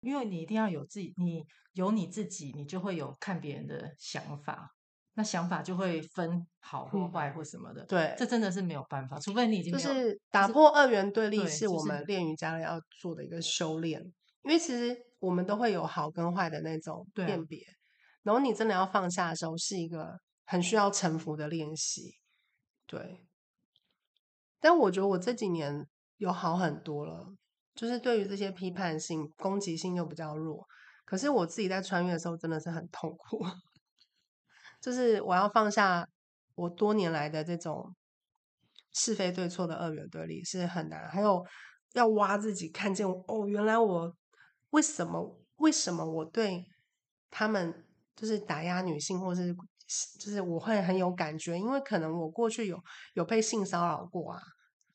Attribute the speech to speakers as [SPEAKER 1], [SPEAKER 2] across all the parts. [SPEAKER 1] 因为你一定要有自己，你有你自己，你就会有看别人的想法，那想法就会分好或坏或什么的。
[SPEAKER 2] 嗯对，
[SPEAKER 1] 这真的是没有办法，除非你已经
[SPEAKER 2] 就
[SPEAKER 1] 没有
[SPEAKER 2] 是打破二元对立
[SPEAKER 1] 对
[SPEAKER 2] 是我
[SPEAKER 1] 就是
[SPEAKER 2] 们练瑜伽的要做的一个修炼，因为其实我们都会有好跟坏的那种
[SPEAKER 1] 对啊
[SPEAKER 2] 辨别，然后你真的要放下的时候，是一个很需要臣服的练习。对，但我觉得我这几年有好很多了，就是对于这些批判性、攻击性又比较弱。可是我自己在穿越的时候真的是很痛苦， 就是我要放下我多年来的这种是非对错的二元对立是很难，还有要挖自己看见哦，原来我为什么为什么我对他们就是打压女性，或是就是我会很有感觉，因为可能我过去有有被性骚扰过啊，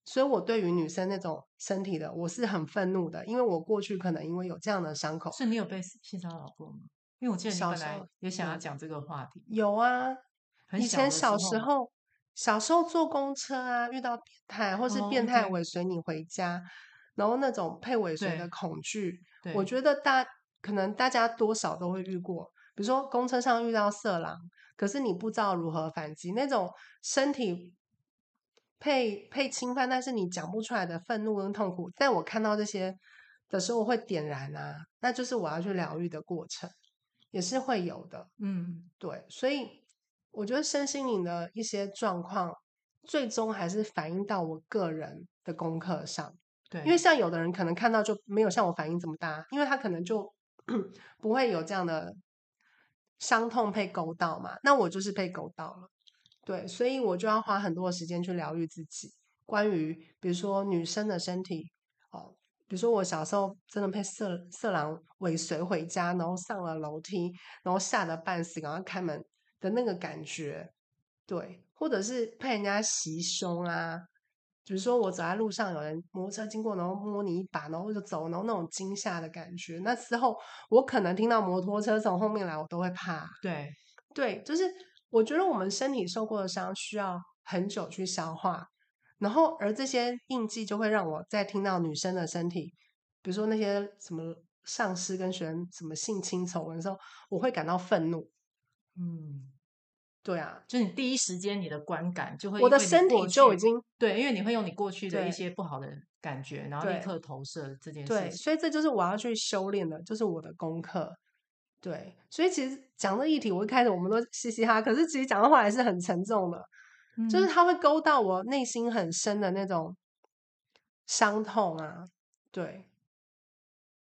[SPEAKER 2] 所以我对于女生那种身体的我是很愤怒的，因为我过去可能因为有这样的伤口，
[SPEAKER 1] 是你有被性骚扰过吗？因为我记得你
[SPEAKER 2] 小
[SPEAKER 1] 本
[SPEAKER 2] 时
[SPEAKER 1] 来
[SPEAKER 2] 候
[SPEAKER 1] 也想要
[SPEAKER 2] 嗯
[SPEAKER 1] 讲这个话题，
[SPEAKER 2] 有啊，
[SPEAKER 1] 很
[SPEAKER 2] 以前小
[SPEAKER 1] 的
[SPEAKER 2] 时
[SPEAKER 1] 嘛，
[SPEAKER 2] 候，小时候坐公车啊，遇到变态或是
[SPEAKER 1] 哦
[SPEAKER 2] 变态
[SPEAKER 1] ，OK
[SPEAKER 2] 尾随你回家，然后那种配尾随
[SPEAKER 1] 对
[SPEAKER 2] 的恐惧，
[SPEAKER 1] 对，
[SPEAKER 2] 我觉得大可能大家多少都会遇过。比如说公车上遇到色狼，可是你不知道如何反击，那种身体被被侵犯，但是你讲不出来的愤怒跟痛苦，在我看到这些的时候，我会点燃啊，那就是我要去疗愈的过程，也是会有的。
[SPEAKER 1] 嗯，
[SPEAKER 2] 对，所以我觉得身心灵的一些状况，最终还是反映到我个人的功课上。
[SPEAKER 1] 对，
[SPEAKER 2] 因为像有的人可能看到就没有像我反应这么大，因为他可能就 不会有这样的伤痛被勾到嘛。那我就是被勾到了，对，所以我就要花很多的时间去疗愈自己。关于比如说女生的身体，哦，比如说我小时候真的被色色狼尾随回家，然后上了楼梯，然后吓得半死，赶快开门的那个感觉，对，或者是被人家袭胸啊，比如说我走在路上，有人摩托车经过，然后摸你一把，然后就走，然后那种惊吓的感觉。那之后，我可能听到摩托车从后面来，我都会怕。
[SPEAKER 1] 对，
[SPEAKER 2] 对，就是我觉得我们身体受过的伤需要很久去消化，然后而这些印记就会让我在听到女生的身体，比如说那些什么上司跟学生什么性侵丑闻的时候，我会感到愤怒。
[SPEAKER 1] 嗯，
[SPEAKER 2] 对啊，
[SPEAKER 1] 就你第一时间你的观感就会
[SPEAKER 2] 我
[SPEAKER 1] 因
[SPEAKER 2] 的
[SPEAKER 1] 为你
[SPEAKER 2] 身体
[SPEAKER 1] 过
[SPEAKER 2] 就
[SPEAKER 1] 去
[SPEAKER 2] 已经
[SPEAKER 1] 对，因为你会用你过去的
[SPEAKER 2] 对
[SPEAKER 1] 一些不好的感觉，然后立
[SPEAKER 2] 对
[SPEAKER 1] 刻投射这件
[SPEAKER 2] 对，
[SPEAKER 1] 事情。
[SPEAKER 2] 所以这就是我要去修炼的，就是我的功课。对，所以其实讲这议题，我一开始我们都嘻嘻哈，可是其实讲到后来是很沉重的，就
[SPEAKER 1] 嗯
[SPEAKER 2] 是它会勾到我内心很深的那种伤痛啊。对，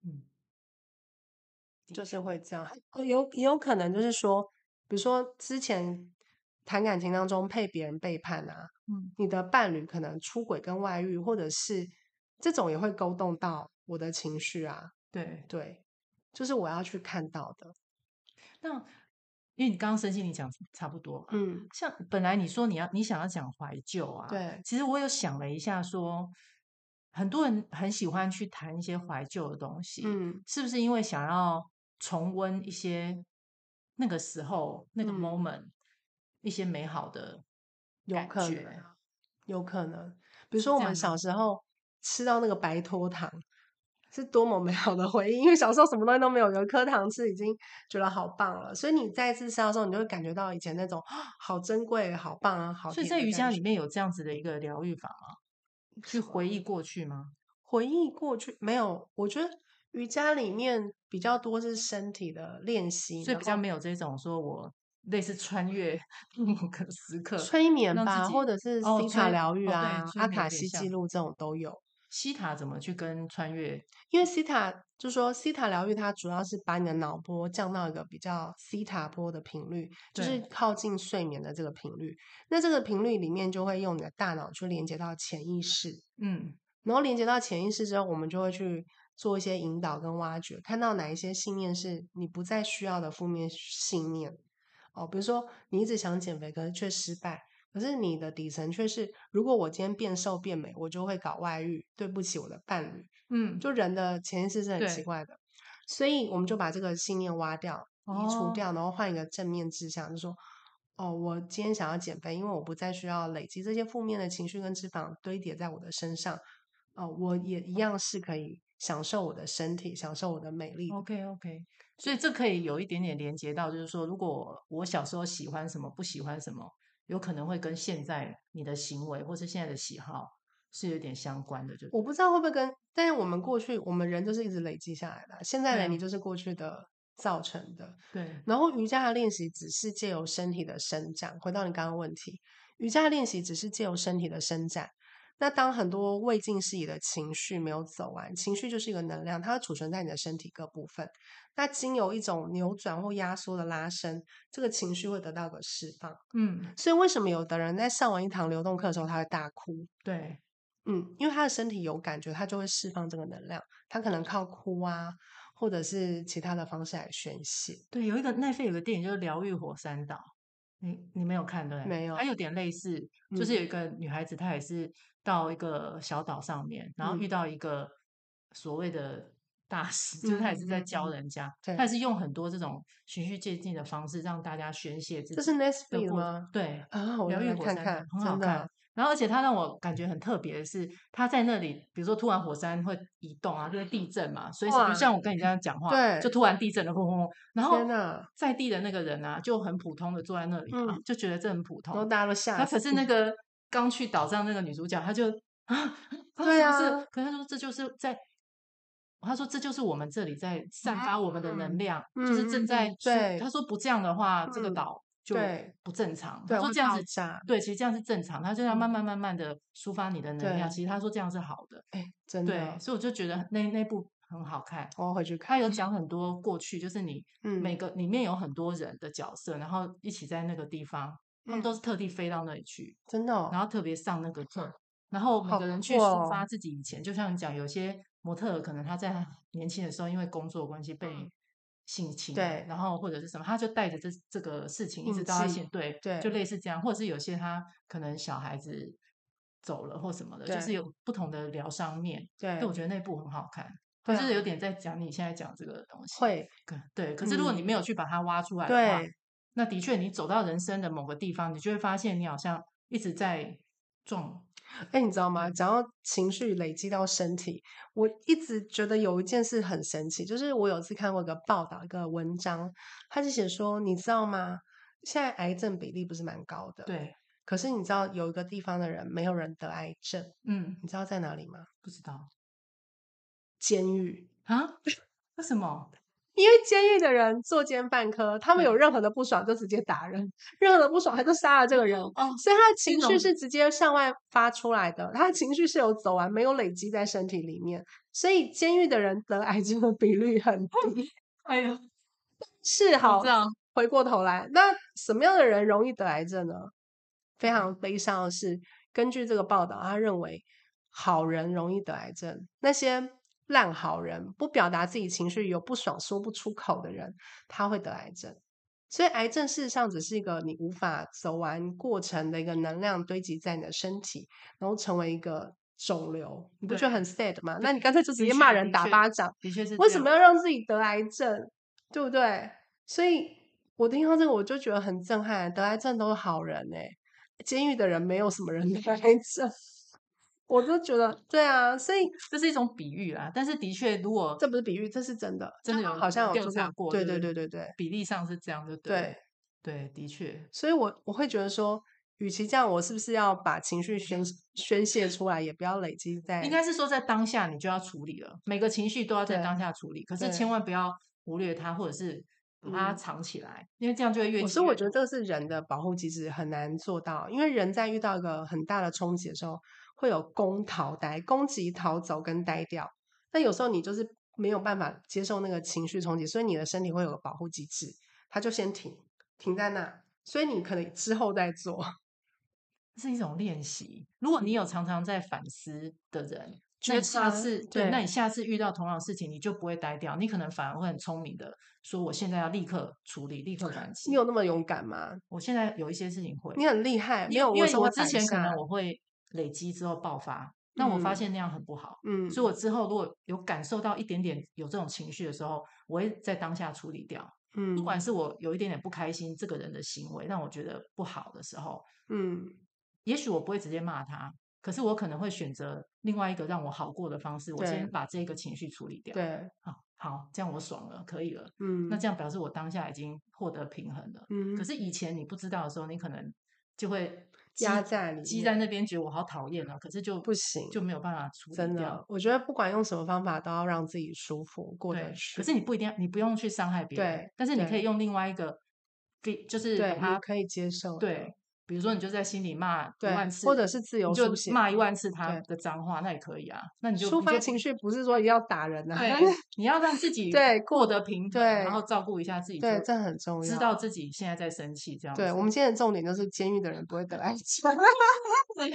[SPEAKER 1] 嗯
[SPEAKER 2] 就是会这样，呃有也有可能就是说，比如说之前谈感情当中被别人背叛啊，
[SPEAKER 1] 嗯，
[SPEAKER 2] 你的伴侣可能出轨跟外遇，或者是这种也会勾动到我的情绪啊。
[SPEAKER 1] 对。
[SPEAKER 2] 对，就是我要去看到的。
[SPEAKER 1] 那因为你刚刚身心你讲差不多，
[SPEAKER 2] 嗯，
[SPEAKER 1] 像本来你说你要你想要讲怀旧啊，
[SPEAKER 2] 对，
[SPEAKER 1] 其实我有想了一下说很多人很喜欢去谈一些怀旧的东西，
[SPEAKER 2] 嗯，
[SPEAKER 1] 是不是因为想要重温一些那个时候那个
[SPEAKER 2] 嗯
[SPEAKER 1] moment、一些美好的
[SPEAKER 2] 有
[SPEAKER 1] 感
[SPEAKER 2] 可
[SPEAKER 1] 觉
[SPEAKER 2] 能？啊，有可能。比如
[SPEAKER 1] 是
[SPEAKER 2] 说我
[SPEAKER 1] 这
[SPEAKER 2] 们
[SPEAKER 1] 样
[SPEAKER 2] 小时候吃到那个白脱糖，是多么 美好的回忆，因为小时候什么东西都没有，有一颗糖吃已经觉得好棒了。所以你再次吃到的时候，你就会感觉到以前那种好珍贵、好棒啊、好
[SPEAKER 1] 所以
[SPEAKER 2] 甜
[SPEAKER 1] 在
[SPEAKER 2] 的
[SPEAKER 1] 瑜
[SPEAKER 2] 感
[SPEAKER 1] 伽
[SPEAKER 2] 觉
[SPEAKER 1] 里面有这样子的一个疗愈法吗？去回忆过去吗？
[SPEAKER 2] 回忆过去没有？我觉得瑜伽里面比较多是身体的练习，
[SPEAKER 1] 所以
[SPEAKER 2] 然
[SPEAKER 1] 比较
[SPEAKER 2] 后
[SPEAKER 1] 没有这种说我类似穿越 某个时刻。
[SPEAKER 2] 催眠
[SPEAKER 1] 让自
[SPEAKER 2] 吧，或
[SPEAKER 1] 己
[SPEAKER 2] 者是
[SPEAKER 1] 哦
[SPEAKER 2] 西塔
[SPEAKER 1] 催
[SPEAKER 2] 疗愈
[SPEAKER 1] 哦对
[SPEAKER 2] 啊、
[SPEAKER 1] 催
[SPEAKER 2] 阿
[SPEAKER 1] 眠有点
[SPEAKER 2] 卡西记
[SPEAKER 1] 像
[SPEAKER 2] 录这种都有。
[SPEAKER 1] 西塔怎么去跟穿越？
[SPEAKER 2] 因为西塔就说西塔疗愈，它主要是把你的脑波降到一个比较西塔波的频率，就是
[SPEAKER 1] 对
[SPEAKER 2] 靠近睡眠的这个频率。那这个频率里面就会用你的大脑去连接到潜意识，
[SPEAKER 1] 嗯，
[SPEAKER 2] 然后连接到潜意识之后，我们就会去做一些引导跟挖掘，看到哪一些信念是你不再需要的负面信念哦，比如说你一直想减肥，可是却失败。可是你的底层却是，如果我今天变瘦变美，我就会搞外遇，对不起我的伴侣。
[SPEAKER 1] 嗯，
[SPEAKER 2] 就人的潜意识是很
[SPEAKER 1] 对
[SPEAKER 2] 奇怪的，所以我们就把这个信念挖掉、移除
[SPEAKER 1] 哦
[SPEAKER 2] 掉，然后换一个正面志向，就说：哦，我今天想要减肥，因为我不再需要累积这些负面的情绪跟脂肪堆叠在我的身上。哦，我也一样是可以享受我的身体，享受我的美丽。
[SPEAKER 1] OK OK，所以这可以有一点点连接到，就是说，如果我小时候喜欢什么，不喜欢什么，有可能会跟现在你的行为或是现在的喜好是有点相关的，就
[SPEAKER 2] 我不知道会不会跟，但是我们过去我们人就是一直累积下来的啊，现在
[SPEAKER 1] 对
[SPEAKER 2] 的
[SPEAKER 1] 啊
[SPEAKER 2] 你就是过去的造成的。
[SPEAKER 1] 对
[SPEAKER 2] 然后瑜伽的练习只是借由身体的伸展，回到你刚刚的问题，瑜伽的练习只是借由身体的伸展。那当很多未尽事宜的情绪没有走完，情绪就是一个能量，它会储存在你的身体各部分。那经由一种扭转或压缩的拉伸，这个情绪会得到一个释放。
[SPEAKER 1] 嗯
[SPEAKER 2] 所以为什么有的人在上完一堂流动课的时候，他会大哭？
[SPEAKER 1] 对
[SPEAKER 2] 嗯，因为他的身体有感觉，他就会释放这个能量。他可能靠哭啊，或者是其他的方式来宣泄。
[SPEAKER 1] 对，有一个奈飞有个电影就是《疗愈火山岛》，你你没有看对不对？
[SPEAKER 2] 没有
[SPEAKER 1] 它有点类似，就是
[SPEAKER 2] 嗯
[SPEAKER 1] 有一个女孩子，她也是到一个小岛上面，然后遇
[SPEAKER 2] 嗯
[SPEAKER 1] 到一个所谓的大师，就是她也是在教
[SPEAKER 2] 嗯
[SPEAKER 1] 人家，
[SPEAKER 2] 对
[SPEAKER 1] 她也是用很多这种循序渐进的方式让大家宣泄自己。
[SPEAKER 2] 这是 Nesby
[SPEAKER 1] 的
[SPEAKER 2] 的
[SPEAKER 1] 过
[SPEAKER 2] 吗？
[SPEAKER 1] 对，
[SPEAKER 2] 啊，我
[SPEAKER 1] 疗
[SPEAKER 2] 要
[SPEAKER 1] 愈
[SPEAKER 2] 来
[SPEAKER 1] 火
[SPEAKER 2] 看
[SPEAKER 1] 山
[SPEAKER 2] 看，
[SPEAKER 1] 很好
[SPEAKER 2] 真的嗯
[SPEAKER 1] 看。然后，而且它让我感觉很特别的是，它在那里，比如说突然火山会移动啊，就是地震嘛，所以
[SPEAKER 2] 哇
[SPEAKER 1] 就像我跟你这样讲话，
[SPEAKER 2] 对
[SPEAKER 1] 就突然地震了，轰轰轰。然后
[SPEAKER 2] 天哪！
[SPEAKER 1] 在地的那个人啊，就很普通的坐在那里嘛，
[SPEAKER 2] 嗯
[SPEAKER 1] 就觉得这很普
[SPEAKER 2] 然后
[SPEAKER 1] 通。
[SPEAKER 2] 大家都吓
[SPEAKER 1] 哦那
[SPEAKER 2] 死。
[SPEAKER 1] 可是那个刚去岛上那个女主角，她就啊，啊 是
[SPEAKER 2] 对
[SPEAKER 1] 不
[SPEAKER 2] 啊
[SPEAKER 1] 是？可是她说这就是在。她说：“这就是我们这里在散发我们的能
[SPEAKER 2] 嗯
[SPEAKER 1] 量，就是正在
[SPEAKER 2] 嗯嗯
[SPEAKER 1] 去。
[SPEAKER 2] 对
[SPEAKER 1] 她说不这样的话，这个
[SPEAKER 2] 嗯
[SPEAKER 1] 岛就
[SPEAKER 2] 对
[SPEAKER 1] 不正常。
[SPEAKER 2] 对，
[SPEAKER 1] 她说
[SPEAKER 2] 会
[SPEAKER 1] 这样
[SPEAKER 2] 爆
[SPEAKER 1] 子
[SPEAKER 2] 炸，
[SPEAKER 1] 对，其实这样是正常，他就要
[SPEAKER 2] 嗯
[SPEAKER 1] 慢慢慢慢的抒发你的能量。
[SPEAKER 2] 对
[SPEAKER 1] 其实他说这样是好的，
[SPEAKER 2] 哎，真
[SPEAKER 1] 对
[SPEAKER 2] 的，，
[SPEAKER 1] 所以我就觉得那那部很好看。
[SPEAKER 2] 我要回去
[SPEAKER 1] 他
[SPEAKER 2] 看。
[SPEAKER 1] 有讲很多过去，就是你
[SPEAKER 2] 嗯，
[SPEAKER 1] 每个里面有很多人的角色，然后一起在那个地方，他们
[SPEAKER 2] 嗯
[SPEAKER 1] 都是特地飞到那里去，
[SPEAKER 2] 真的哦，
[SPEAKER 1] 然后特别上那个课，然后每
[SPEAKER 2] 好
[SPEAKER 1] 个人
[SPEAKER 2] 酷
[SPEAKER 1] 去抒
[SPEAKER 2] 哦
[SPEAKER 1] 发自己以前，就像你讲，有些模特儿可能他在 他年轻的时候因为工作关系被
[SPEAKER 2] 嗯
[SPEAKER 1] 性侵，
[SPEAKER 2] 对
[SPEAKER 1] 然后或者是什么，他就带着这这个事情一直
[SPEAKER 2] 印
[SPEAKER 1] 到他
[SPEAKER 2] 记
[SPEAKER 1] 现对
[SPEAKER 2] 对
[SPEAKER 1] 就类似这样，或者是有些他可能小孩子走了或什么的，就
[SPEAKER 2] 对
[SPEAKER 1] 是有不同的疗伤面。
[SPEAKER 2] 对
[SPEAKER 1] 对，我觉得那部很好看。
[SPEAKER 2] 对
[SPEAKER 1] 就是
[SPEAKER 2] 啊
[SPEAKER 1] 有点在讲你现在讲这个东西，
[SPEAKER 2] 会
[SPEAKER 1] 可对，可是如果你没有去把它挖出来的话，
[SPEAKER 2] 嗯对
[SPEAKER 1] 那的确你走到人生的某个地方，你就会发现你好像一直在撞，
[SPEAKER 2] 哎，你知道
[SPEAKER 1] 嗯
[SPEAKER 2] 吗？讲到情绪累积到身体，我一直觉得有一件事很神奇，就是我有一次看过一个报道，一个文章，他是写说，你知道吗？现在癌症比例不是蛮高的，。
[SPEAKER 1] 对，
[SPEAKER 2] 可是你知道有一个地方的人没有人得癌症，
[SPEAKER 1] 嗯，
[SPEAKER 2] 你知道在哪里吗？
[SPEAKER 1] 不知道
[SPEAKER 2] 监狱，
[SPEAKER 1] 啊，为什 么？
[SPEAKER 2] 因为监狱的人作奸犯科，他们有
[SPEAKER 1] 对
[SPEAKER 2] 任何的不爽就直接打人，任何的不爽他就杀了这个人，
[SPEAKER 1] 哦，
[SPEAKER 2] 所以他的情
[SPEAKER 1] 那
[SPEAKER 2] 绪
[SPEAKER 1] 种
[SPEAKER 2] 是直接向外发出来的，他的情绪是有走完，没有累积在身体里面，所以监狱的人得癌症的比率很低。
[SPEAKER 1] 哎呀，
[SPEAKER 2] 是好
[SPEAKER 1] 这，样，
[SPEAKER 2] 回过头来，那什么样的人容易得癌症呢？非常悲伤的是，根据这个报道，他认为好人容易得癌症，那些烂好人、不表达自己情绪、有不爽说不出口的人，他会得癌症。所以，癌症事实上只是一个你无法走完过程的一个能量堆积在你的身体，然后成为一个肿瘤，你不觉得很 sad 吗？那你干脆就直
[SPEAKER 1] 的
[SPEAKER 2] 接
[SPEAKER 1] 确
[SPEAKER 2] 骂人、
[SPEAKER 1] 的
[SPEAKER 2] 打
[SPEAKER 1] 确
[SPEAKER 2] 巴掌，
[SPEAKER 1] 的确是这样。
[SPEAKER 2] 为什么要让自己得癌症？对不对？所以我听到这个，我就觉得很震撼。得癌症都是好人哎、监狱的人没有什么人得癌症，我就觉得对啊。所以
[SPEAKER 1] 这是一种比喻啦，但是的确，如果
[SPEAKER 2] 这不是比喻，这是真的，
[SPEAKER 1] 真的
[SPEAKER 2] 就
[SPEAKER 1] 有
[SPEAKER 2] 好像有
[SPEAKER 1] 调
[SPEAKER 2] 做
[SPEAKER 1] 查过，
[SPEAKER 2] 对
[SPEAKER 1] 对
[SPEAKER 2] 对
[SPEAKER 1] 不
[SPEAKER 2] 对对对
[SPEAKER 1] 比例上是这样的，
[SPEAKER 2] 对。
[SPEAKER 1] 对，的确，
[SPEAKER 2] 所以我我会觉得说，与其这样，我是不是要把情绪宣宣泄出来，也不要累积在
[SPEAKER 1] 应该是说在当下你就要处理了，每个情绪都要在
[SPEAKER 2] 哎对
[SPEAKER 1] 当下处理，可是
[SPEAKER 2] 对
[SPEAKER 1] 千万不要忽略它，或者是把它
[SPEAKER 2] 嗯
[SPEAKER 1] 藏起来，因为这样就会越
[SPEAKER 2] 我
[SPEAKER 1] 积
[SPEAKER 2] 所以我
[SPEAKER 1] 越
[SPEAKER 2] 觉得
[SPEAKER 1] 多
[SPEAKER 2] 这是人的保护机制很难做到，因为人在遇到一个很大的冲击的时候，会有攻逃呆、攻击、逃走跟呆掉。那有时候你就是没有办法接受那个情绪冲击，所以你的身体会有个保护机制，它就先停，停在那。所以你可能之后再做，
[SPEAKER 1] 是一种练习。如果你有常常在反思的人，那
[SPEAKER 2] 觉
[SPEAKER 1] 你下
[SPEAKER 2] 察
[SPEAKER 1] 次对，那
[SPEAKER 2] 对
[SPEAKER 1] 你下次遇到同样的事情，你就不会呆掉，你可能反而会很聪明的说，我现在要立刻处理，立刻反击
[SPEAKER 2] 你。有那么勇敢吗？
[SPEAKER 1] 我现在有一些事情会，
[SPEAKER 2] 你很厉害，没
[SPEAKER 1] 因
[SPEAKER 2] 有
[SPEAKER 1] 为因为
[SPEAKER 2] 是
[SPEAKER 1] 我
[SPEAKER 2] 会
[SPEAKER 1] 之
[SPEAKER 2] 反
[SPEAKER 1] 前可
[SPEAKER 2] 杀
[SPEAKER 1] 能我会累积之后爆发，但我发
[SPEAKER 2] 嗯
[SPEAKER 1] 现那样很不好，
[SPEAKER 2] 嗯，
[SPEAKER 1] 所以我之后如果有感受到一点点有这种情绪的时候，我会在当下处理掉。
[SPEAKER 2] 嗯
[SPEAKER 1] 不管是我有一点点不开心，这个人的行为让我觉得不好的时候，
[SPEAKER 2] 嗯
[SPEAKER 1] 也许我不会直接骂他，可是我可能会选择另外一个让我好过的方式，我
[SPEAKER 2] 对
[SPEAKER 1] 先把这个情绪处理掉。，
[SPEAKER 2] 对，
[SPEAKER 1] 好，好，这样我爽了，可以了。
[SPEAKER 2] 嗯，
[SPEAKER 1] 那这样表示我当下已经获得平衡了。
[SPEAKER 2] 嗯，
[SPEAKER 1] 可是以前你不知道的时候，你可能就会
[SPEAKER 2] 压
[SPEAKER 1] 积
[SPEAKER 2] 在里
[SPEAKER 1] 积
[SPEAKER 2] 面
[SPEAKER 1] 在那边，觉得我好讨厌啊，可是就
[SPEAKER 2] 不行，
[SPEAKER 1] 就没有办法处理
[SPEAKER 2] 真的
[SPEAKER 1] 掉。，
[SPEAKER 2] 我觉得不管用什么方法，都要让自己舒服过得
[SPEAKER 1] 对，
[SPEAKER 2] 去。
[SPEAKER 1] 可是你不一定要，你不用去伤害别人
[SPEAKER 2] 对，
[SPEAKER 1] 但是你可
[SPEAKER 2] 对
[SPEAKER 1] 以用另外一个，比就是
[SPEAKER 2] 对
[SPEAKER 1] 把
[SPEAKER 2] 你
[SPEAKER 1] 它
[SPEAKER 2] 可以接受的，
[SPEAKER 1] 对，比如说你就在心里骂一
[SPEAKER 2] 对
[SPEAKER 1] 万次，
[SPEAKER 2] 或者是自
[SPEAKER 1] 你
[SPEAKER 2] 由
[SPEAKER 1] 就
[SPEAKER 2] 书写
[SPEAKER 1] 骂一万次他
[SPEAKER 2] 对
[SPEAKER 1] 的脏话，那也可以啊。那你就
[SPEAKER 2] 抒
[SPEAKER 1] 你就
[SPEAKER 2] 发情绪，不是说一定要打人啊，
[SPEAKER 1] 对，你要让自己
[SPEAKER 2] 对
[SPEAKER 1] 获得平衡，
[SPEAKER 2] 对
[SPEAKER 1] 然后照顾一下自己，
[SPEAKER 2] 对，这很重要。
[SPEAKER 1] 知道自己现在在生气这样子。
[SPEAKER 2] 对我们今天的重点就是监狱的人不会得癌症。
[SPEAKER 1] 对